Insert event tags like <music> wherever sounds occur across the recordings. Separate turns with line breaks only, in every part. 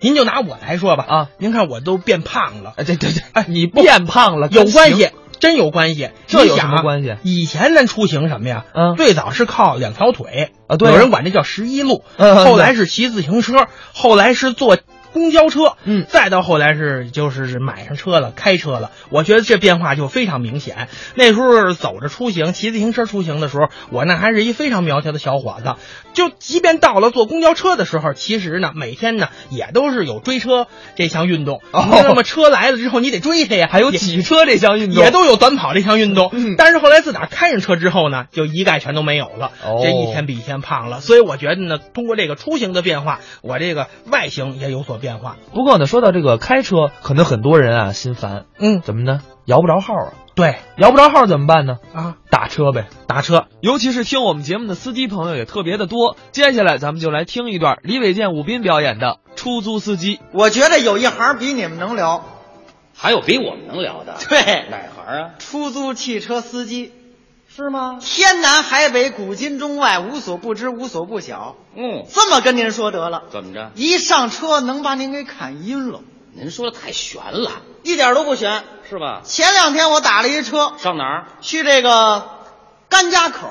您就拿我来说吧
啊，
您看我都变胖了，
哎，对对对，
哎
你
不
变胖了
有关，
跟
系，真有关系。
这
你
有什
想
么
啊
关系
以前咱出行什么呀？
嗯
最早是靠两条腿
啊对啊
有人管这叫十一路。
嗯嗯
后来是骑自行车，后来是坐公交车，
嗯
再到后来是就是买上车了，开车了。我觉得这变化就非常明显。那时候走着出行，骑自行车出行的时候，我那还是一非常苗条的小伙子。就即便到了坐公交车的时候，其实呢，每天呢也都是有追车这项运动。
哦
那么车来了之后，你得追它呀，
还有
也
挤车这项运动
也都有短跑这项运动。
嗯
但是后来自打开上车之后呢，就一概全都没有了，
哦
这一天比一天胖了。所以我觉得呢，通过这个出行的变化，我这个外形也有所变化。
不过呢，说到这个开车，可能很多人啊心烦，
嗯，
怎么呢？摇不着号啊，
对
摇不着号怎么办呢？
啊，
打车呗。
打车。
尤其是听我们节目的司机朋友也特别的多。接下来咱们就来听一段李伟健、武斌表演的《出租司机》。
我觉得有一行比你们能聊，
还有比我们能聊的？
对
哪行啊？
出租汽车司机，
是吗？
天南海北，古今中外，无所不知，无所不晓。
嗯，
这么跟您说得了，
怎么着？
一上车能把您给砍晕了，
您说的太悬了，
一点都不悬。
是吧？
前两天我打了一车，
上哪儿？
去这个甘家口，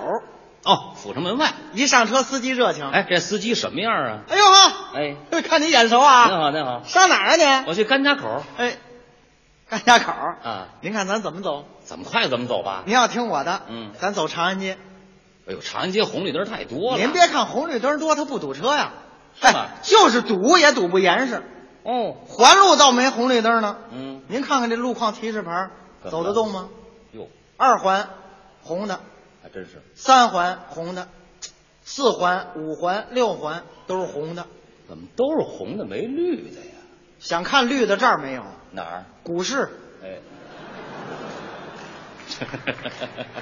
哦，阜成门外。
一上车司机热情，
哎，这司机什么样啊？
哎呦呵，
哎，
看你眼熟
您
啊，
好，您好，
上哪儿啊你？
我去甘家口，
哎，甘家口
啊
您看咱怎么走？
怎么快怎么走吧。
您要听我的，
嗯
咱走长安街。
哎呦，长安街红绿灯太多了。
您别看红绿灯多，它不堵车呀，
是吗
哎，就是堵也堵不严实。
哦，
环路倒没红绿灯呢。
嗯
您看看这路况提示牌儿，
怎么
走
了
得动吗？
哟，
二环红的，
还真是
三环红的，四环、五环、六环都是红的。
怎么都是红的没绿的呀？
想看绿的这儿没有？
哪儿？
股市
哎，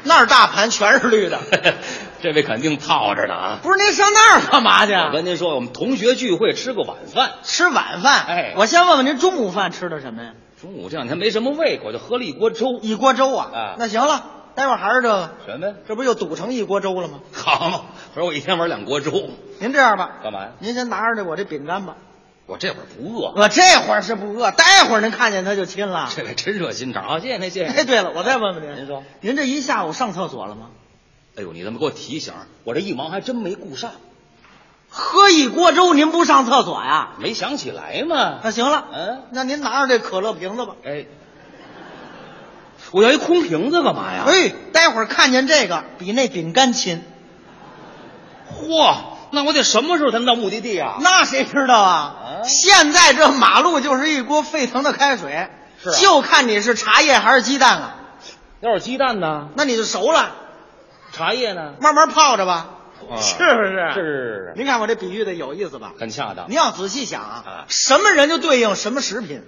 那儿大盘全是绿的，
<laughs> 这位肯定套着呢啊！
不是您上那儿干嘛去？啊
我跟您说，我们同学聚会吃过晚饭，
吃晚饭。
哎
我先问问您中午饭吃的什么呀？
中午这两天没什么胃口，就喝了一锅粥。
一锅粥啊。
啊
那行了，待会儿还是这个，
什么呀？
这不又堵成一锅粥了吗？
好嘛，可是我一天玩两锅粥，
您这样吧，
干嘛呀？
您先拿着这我这饼干吧。
我这会儿不饿，
我这会儿是不饿，待会儿您看见他就亲了。
这位真热心肠啊！谢谢您，谢谢
哎，
您。
对了，我再问问您，
您说，
您这一下午上厕所了吗？
哎呦，你怎么给我提醒？我这一忙还真没顾上，
喝一锅粥您不上厕所呀？
没想起来嘛。
那行了，
嗯
那您拿着这可乐瓶子吧。
哎，我要一空瓶子干嘛呀？
哎，待会儿看见这个比那饼干亲，
嚯，那我得什么时候才能到目的地啊？
那谁知道啊？
啊
现在这马路就是一锅沸腾的开水，
是啊
就看你是茶叶还是鸡蛋了，
要是鸡蛋呢？
那你就熟了，
茶叶呢？
慢慢泡着吧，
啊
是不是？
<laughs> 是是是，
您看我这比喻的有意思吧？
很恰当
您。要仔细想啊
啊，
什么人就对应什么食品，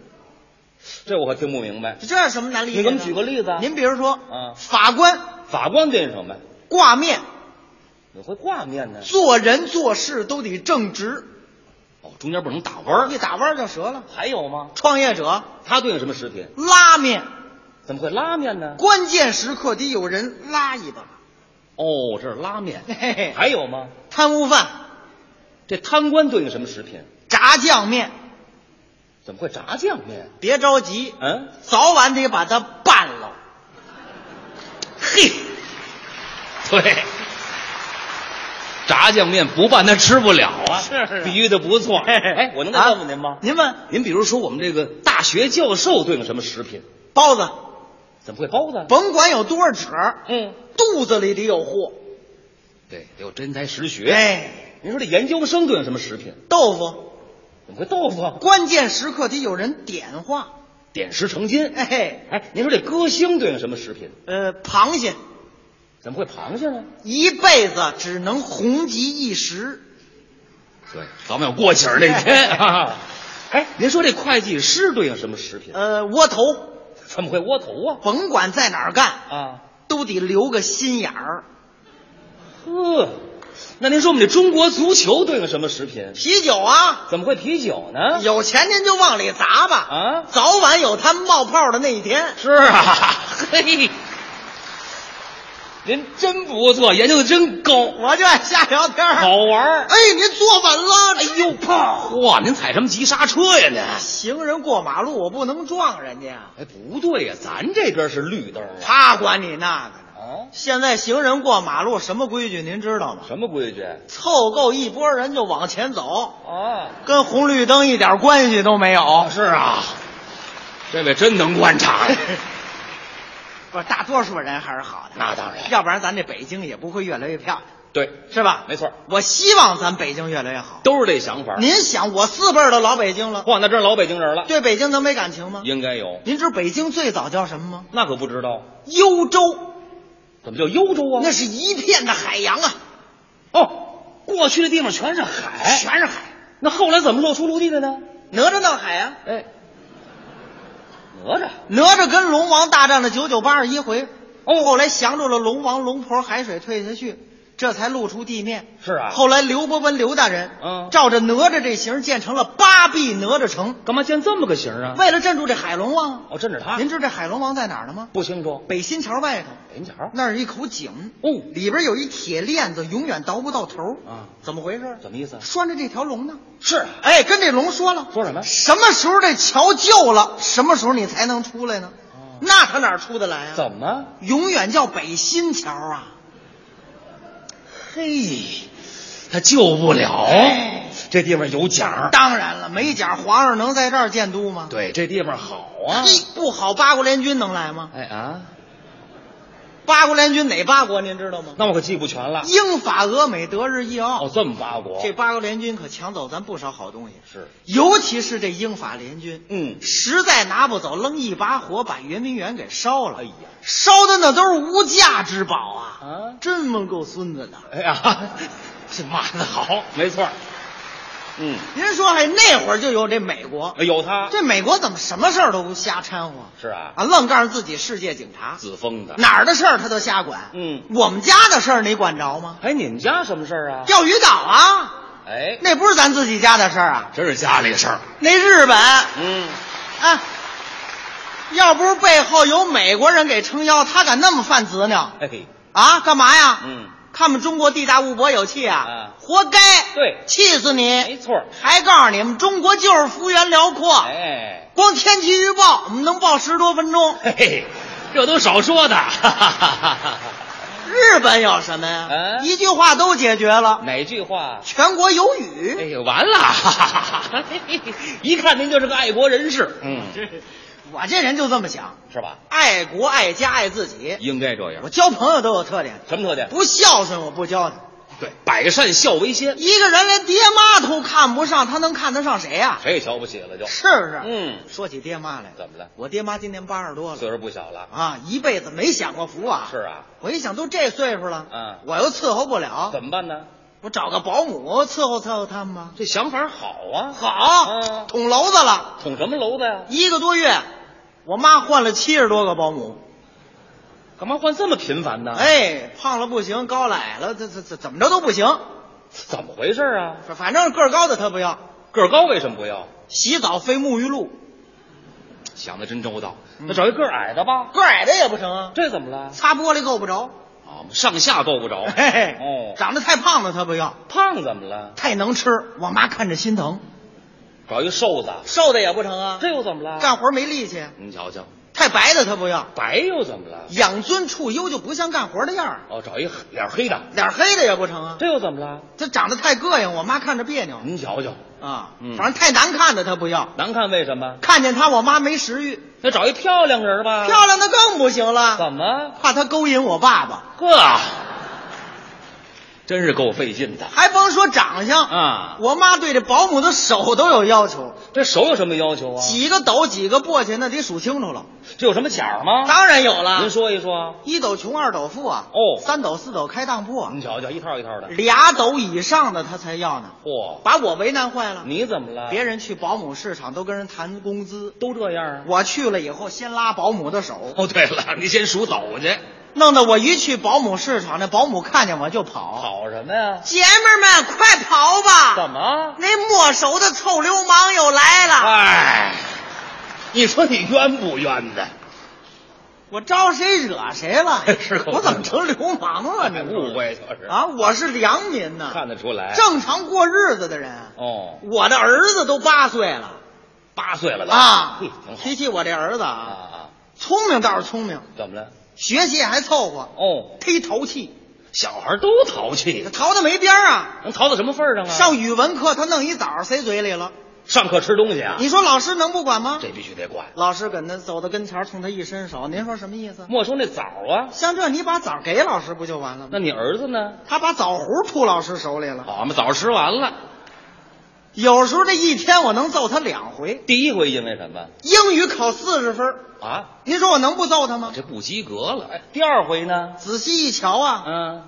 这我可听不明白。
这有什么难理解的？
你给我们举个例子啊
您比如说，
啊
法官
法官对应什么？
挂面，
你会挂面呢？
做人做事都得正直，
哦，中间不能打弯
一
儿。
打弯就折了。
还有吗？
创业者
他对应什么食品？
拉面，
怎么会拉面呢？
关键时刻得有人拉一把。
哦，这是拉面。
嘿嘿
还有吗？
贪污犯
这贪官对应什么食品？
炸酱面，
怎么会炸酱面？
别着急，
嗯，
早晚得把它办了。
嘿，对，炸酱面不拌他吃不了啊。
是是
比喻的不错。哎，我能再问问您
啊
吗？
您问
您比如说我们这个大学教授对应什么食品？
包子，
怎么会包子？
甭管有多少褶儿，
嗯，
肚子里得有货。
对，得有真才实学。，
哎，
您说这研究生对应什么食品？
豆腐，
怎么会豆腐啊？
关键时刻得有人点化。
点石成金。
哎嘿，
哎，您说这歌星对应什么食品？
呃，螃蟹
怎么会螃蟹呢？
一辈子只能红极一时，
对，早晚有过节儿那天啊。 <laughs> 哎，您说这会计师对应什么食品？
呃，窝头
怎么会窝头啊？
甭管在哪儿干，
啊，
都得留个心眼儿。
呵，那您说我们这中国足球对应什么食品？
啤酒啊，
怎么会啤酒呢？
<laughs> 有钱您就往里砸吧，
啊
早晚有他冒泡的那一天。
是啊，嘿，您真不错，研究的真高，
我就爱瞎聊天儿。
好玩儿。
哎，您坐稳了。
哎
<laughs>
呦，怕！哇，您踩什么急刹车呀？您？
行人过马路，我不能撞人家呀。
哎，不对呀，咱这边是绿灯啊。
他管你那个呢。
啊？
现在行人过马路什么规矩您知道吗？
什么规矩？
凑够一波人就往前走，
啊，
跟红绿灯一点关系都没有。
是啊，这位真能观察
<laughs>
呀。
不是，大多数人还是好的。
那当然
要不然咱这北京也不会越来越漂亮，
对，
是吧？
没错，
我希望咱北京越来越好。
都是这想法。
您想，我四辈儿的老北京了，
哇，那真是老北京人了，
对北京能没感情吗？
应该有。
您知道北京最早叫什么吗？
那可不知道，
幽州，
怎么叫幽州啊？
那是一片的海洋啊，
哦，过去的地方全是海，
全是海，
那后来怎么露出陆地的呢？
哪吒闹海啊，
哎，哪吒，
哪吒跟龙王大战了九九八十一回，哦，后来降住了龙王，龙婆海水退下去，这才露出地面。
是啊
后来刘伯温刘大人，
嗯
照着哪吒这形建成了八臂哪吒城，
干嘛建这么个形啊？
为了镇住这海龙王。
哦，镇着他
您知道这海龙王在哪儿了吗？
不清楚。
北新桥外头，
北门桥
那儿有一口井，
哦
里边有一铁链子，永远倒不到头。
啊，
怎么回事？
怎么意思啊
拴着这条龙呢？
是啊
哎，跟这龙说了，
说什么
什么时候这桥旧了，什么时候你才能出来呢？
哦
那他哪儿出得来啊？
怎么？
永远叫北新桥啊！
嘿，他救不了
哎，
这地方有奖。
当然了，没假皇上能在这儿建都吗？
对，这地方好啊。
嘿，不好，八国联军能来吗？
哎啊，
八国联军哪八国您知道吗？
那我可记不全了。
英法俄美德日意奥，
哦，这么八国，
这八国联军可抢走咱不少好东西，
是
尤其是这英法联军，
嗯
实在拿不走，扔一把火把圆明园给烧了。
哎呀
烧的那都是无价之宝啊！
啊，
真蒙够孙子的。
哎呀， <laughs> 这骂的好，没错儿。嗯，
您说，哎，那会儿就有这美国，
哎有他，
这美国怎么什么事儿都瞎掺和
是啊
啊，愣告诉自己世界警察，
子枫的。
哪儿的事儿他都瞎管。
嗯
我们家的事儿你管着吗？
哎，你们家什么事儿啊？
钓鱼岛啊，
哎，
那不是咱自己家的事儿啊，
真是家里事儿。
那日本
嗯，
啊，要不是背后有美国人给撑腰，他敢那么犯子呢？
哎嘿，
啊，干嘛呀？
嗯，
看们中国地大物博有气啊，
啊
活该。
对
气死
没
你！
错儿。
还告诉你们，中国就是幅员辽阔，
哎，
光天气预报我们能报十多
<laughs>
分钟。
嘿嘿，这都少说的。哈哈哈
日本有什么呀？
嗯
一句话都解决了，
哪句话？
全国有
哎
雨。
呦，完了！哈哈哈 <laughs> 一看您就是个爱国人士，嗯，
我这人就这么想，
是吧？
爱国、爱家、爱自己。
应该这样
我。交朋友都有特点，
什么特点？
不孝顺我不交他。
对，百善孝为先，
一个人连爹妈都看不上，他能看得上谁呀、
谁也瞧不起了就。
是不是？
嗯，
说起爹妈来，
怎么了？
我爹妈今年八十多了
岁数不小了。
啊，一辈子没享过福啊。
是啊，
我一想都这岁数了，
嗯
我又伺候不了，
怎么办呢？
我找个保姆伺候伺候他们吧。
这想法好啊，
好，
嗯
捅娄子了，
捅什么娄子呀？
一个多月，我妈换了七十多个保姆，
干嘛换这么频繁呢？，
哎，胖了不行，高了矮了，这这这怎么着都不行，
怎么回事啊？
反反正个儿高的她不要，
个儿高为什么不要？
洗澡费沐浴露，
想的真周到。
嗯
那找一个儿矮的吧。
个儿矮的也不成啊，
这怎么了？
擦玻璃够不着，
啊，上下够不 <laughs> 着。
嘿嘿，
哦，
长得太胖了她不要，
胖怎么了？
太能吃，我妈看着心疼，
找一瘦子，
瘦的也不成啊，
这又怎么了？
干活没力气，
您瞧瞧，
太白的她不要。
白又怎么了？
养尊处优就不像干活的样儿，
哦，找一黑脸黑的，
脸黑的也不成啊。
这又怎么了？
他长得太膈应，我妈看着别扭
您瞧瞧，
啊
嗯，
反正太难看的她不要。
难看为什么？
看见她，我妈没食欲。
那找一漂亮人吧。
漂亮的更不行了，
怎么？
怕她勾引我爸爸。
呵，真是够费劲的
还甭说长相，
啊！
我妈对这保姆的手都有要求，
这手有什么要求啊？
几个斗几个簸箕，那得数清楚了。
这有什么奖吗？
当然有了，
您说一说。
一斗穷，二斗富啊，
哦
三斗四斗开当铺啊，
您瞧瞧，一套一套的。
俩斗以上的她才要呢，
嚯，
把我为难坏了。
你怎么了？
别人去保姆市场都跟人谈工资，
都这样啊。
我去了以后先拉保姆的手，
哦，对了，你先数走去。
弄得我一去保姆市场，那保姆看见我就跑。
跑什么呀？
姐们儿们，快跑吧！
怎么？
那没收的臭流氓又来了。
哎，你说你冤不冤的？？
我招谁惹谁了
<laughs> 是可不
我怎么成流氓了？你说
哎误会就是啊
啊！我是良民呐，
看得出来。
正常过日子的人。
哦，
我的儿子都八岁了
八岁了吧？
啊
嘿挺！好
提起我这儿子
啊
啊，
啊！
聪明倒是聪明，
怎么了？
学习还凑合，
哦，
忒淘气，
小孩都淘气，
淘的没边儿啊。
能淘到什么份儿上啊？
上语文课他弄一枣塞嘴里了，
上课吃东西啊？
你说老师能不管吗？
这必须得管。
老师跟他走到跟前儿，冲他一伸手，您说什么意思？
没收那枣啊？
像这你把枣给老师不就完了吗？
那你儿子呢？
他把枣核吐老师手里了。
好嘛，枣吃完了。
有时候这一天我能揍他两回。
第一回因为什么
英语考四十分，
啊？
您说我能不揍他吗？
这不及格了。哎，第二回呢？
仔细一瞧啊，
嗯，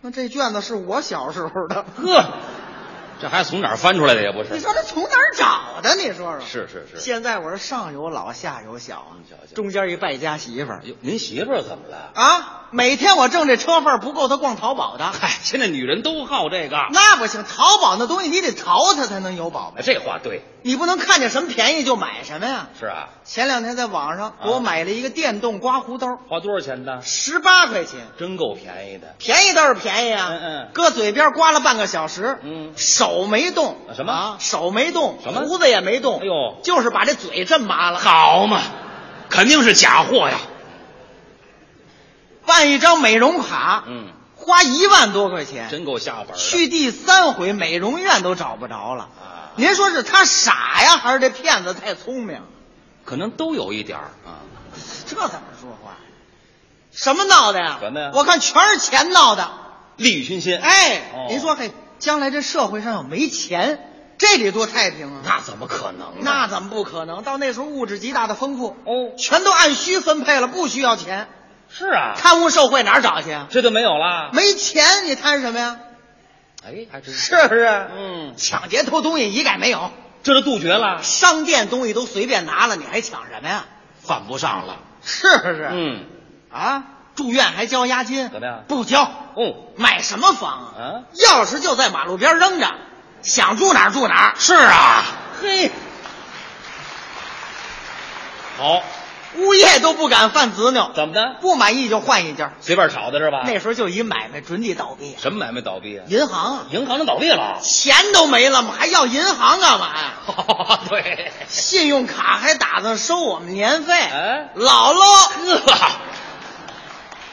那这卷子是我小时候
<laughs>
的。
呵，这还从哪儿翻出来的也不
你
是。
说这从哪儿找的？你说说。
是是是。
现在我是上有老下有小啊
你瞧嗯瞧，
中间一败家媳妇儿。
哟哎您媳妇儿怎么了？
啊，每天我挣这车费不够他逛淘宝的，
嗨，现在女人都好这个。
那不行，淘宝那东西你得淘它才能有宝贝，
这话对，
你不能看见什么便宜就买什么呀。
是啊。
前两天在网上给
嗯
我买了一个电动刮胡刀，
花多少钱呢？
十八块钱，
真够便宜的。
便宜倒是便宜啊，
嗯嗯
搁嘴边刮了半个小时，
嗯
手没动，
什么
啊？手没动，
什么
胡子也没动，
哎呦
就是把这嘴震麻了。
好嘛，肯定是假货呀。
办一张美容卡，
嗯，
花一万多块钱，
真够下本儿的。
去第三回美容院都找不着了。
啊，
您说是他傻呀，还是这骗子太聪明？
可能都有一点儿啊。
这怎么说话？什么闹的呀？
什么呀
我看全是钱闹的。
利欲熏心，，
哎，
哦
您说，嘿，将来这社会上要没钱，这得多太平啊！
那怎么可能呢？
那怎么不可能？到那时候物质极大的丰富，
哦，
全都按需分配了，不需要钱，
是啊，
贪污受贿哪儿找去啊？
这就没有啦。
没钱你贪什么呀？
哎，还真
是不是？
嗯，
抢劫偷东西一概没有，
这就杜绝了，
商店东西都随便拿了，你还抢什么呀？
犯不上了。
是不是？
嗯，
啊，住院还交押金，
怎么样
不交，
哦，
买什么房啊？
啊，
钥匙就在马路边扔着，想住哪儿住哪儿。
是啊，
嘿，
好，
物业都不敢犯执拗，
怎么的？
不满意就换一家。
随便炒的是吧？
那时候就一买卖准得倒闭，
什么买卖倒闭啊？
银行啊，
银行都倒闭了。
钱都没了嘛，还要银行干嘛呀？
<laughs> 对，
信用卡还打算收我们年费，
哎
姥姥
呵，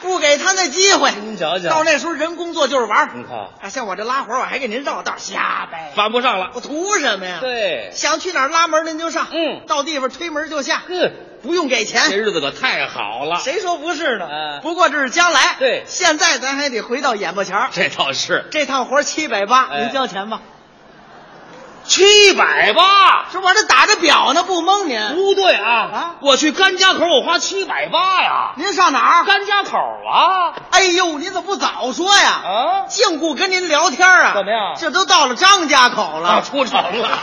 不给他那机会。
您瞧嗯瞧
到那时候人工作就是玩儿
你看
啊，像我这拉活儿，我还给您绕道儿瞎掰，
犯不上了。
我图什么呀？。
对，
想去哪儿拉门您就上，
嗯
到地方推门就下，
呵，
不用
这
给钱。
日子可太好了。
嗯谁说不是呢？
嗯
不过这是将来，
对
现在咱还得回到眼巴前儿。
这倒是
这趟活七百八，
哎
您交钱吧。
七百八，
是我这打着表呢，不蒙您。
不对啊！
嗯啊
我去甘家口，我花七百八呀。
您上哪儿？
甘家口啊
哎呦，你怎么不早说呀？
啊
净顾跟您聊天啊？
怎么样
这都到了张家口了。
啊！出城了。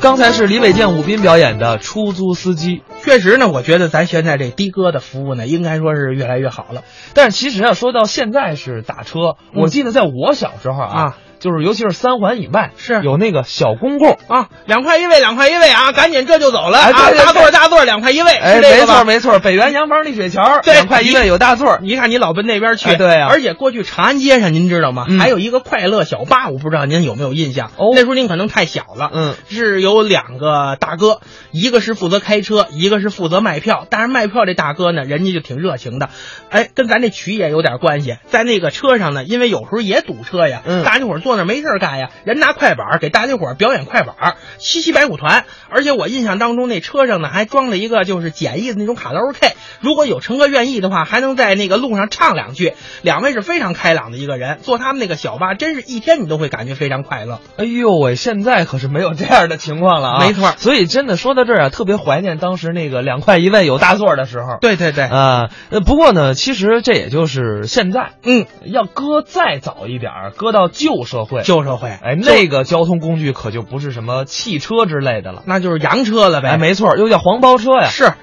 刚才是李伟健、武斌表演的《出租司机》。
确实呢，我觉得咱现在这的哥的服务呢，应该说是越来越好了。
但是其实啊，说到现在是打车，
嗯
我记得在我小时候啊，
啊
就是尤其是三环以外
是
有那个小公共。
啊，两块一位，两块一位啊！赶紧这就走了、
哎对对
啊！大
对
座儿大座儿，两块一位，
哎，
是这
没
个吧
错没错，北园洋房丽水桥
对
两块一位有大座儿，
你看你老奔那边去，
哎对呀
而且过去长安街上，您知道吗？
嗯
还有一个快乐小巴，我不知道您有没有印象？
哦
那时候您可能太小了。
嗯，
是有两个大哥，一个是负责开车，一个是负责卖票。但是卖票这大哥呢，人家就挺热情的，哎，跟咱这曲也有点关系。在那个车上呢，因为有时候也堵车呀，
嗯
大家伙儿坐那儿没事儿干呀，人拿快板儿给大家伙儿表演快板儿，七七白虎团。而且我印象当中，那车上呢还装了一个就是简易的那种卡拉 OK，如果有乘客愿意的话，还能在那个路上唱两句。两位是非常开朗的一个人，坐他们那个小巴，真是一天你都会感觉非常快乐。
哎呦喂，现在可是没有这样的情况了啊！
没错
所以真的说到这儿啊，特别怀念当时那个两块一位有大座儿的时候。
对对对，
啊，呃，不过呢，其实这也就是现在，
嗯，
要搁再早一点儿，搁到旧社会，
旧社会，
哎，那个交通工具可就不是什么汽车之类的了，
那就是洋车了呗。
哎哎，没错，又叫黄包车呀。
是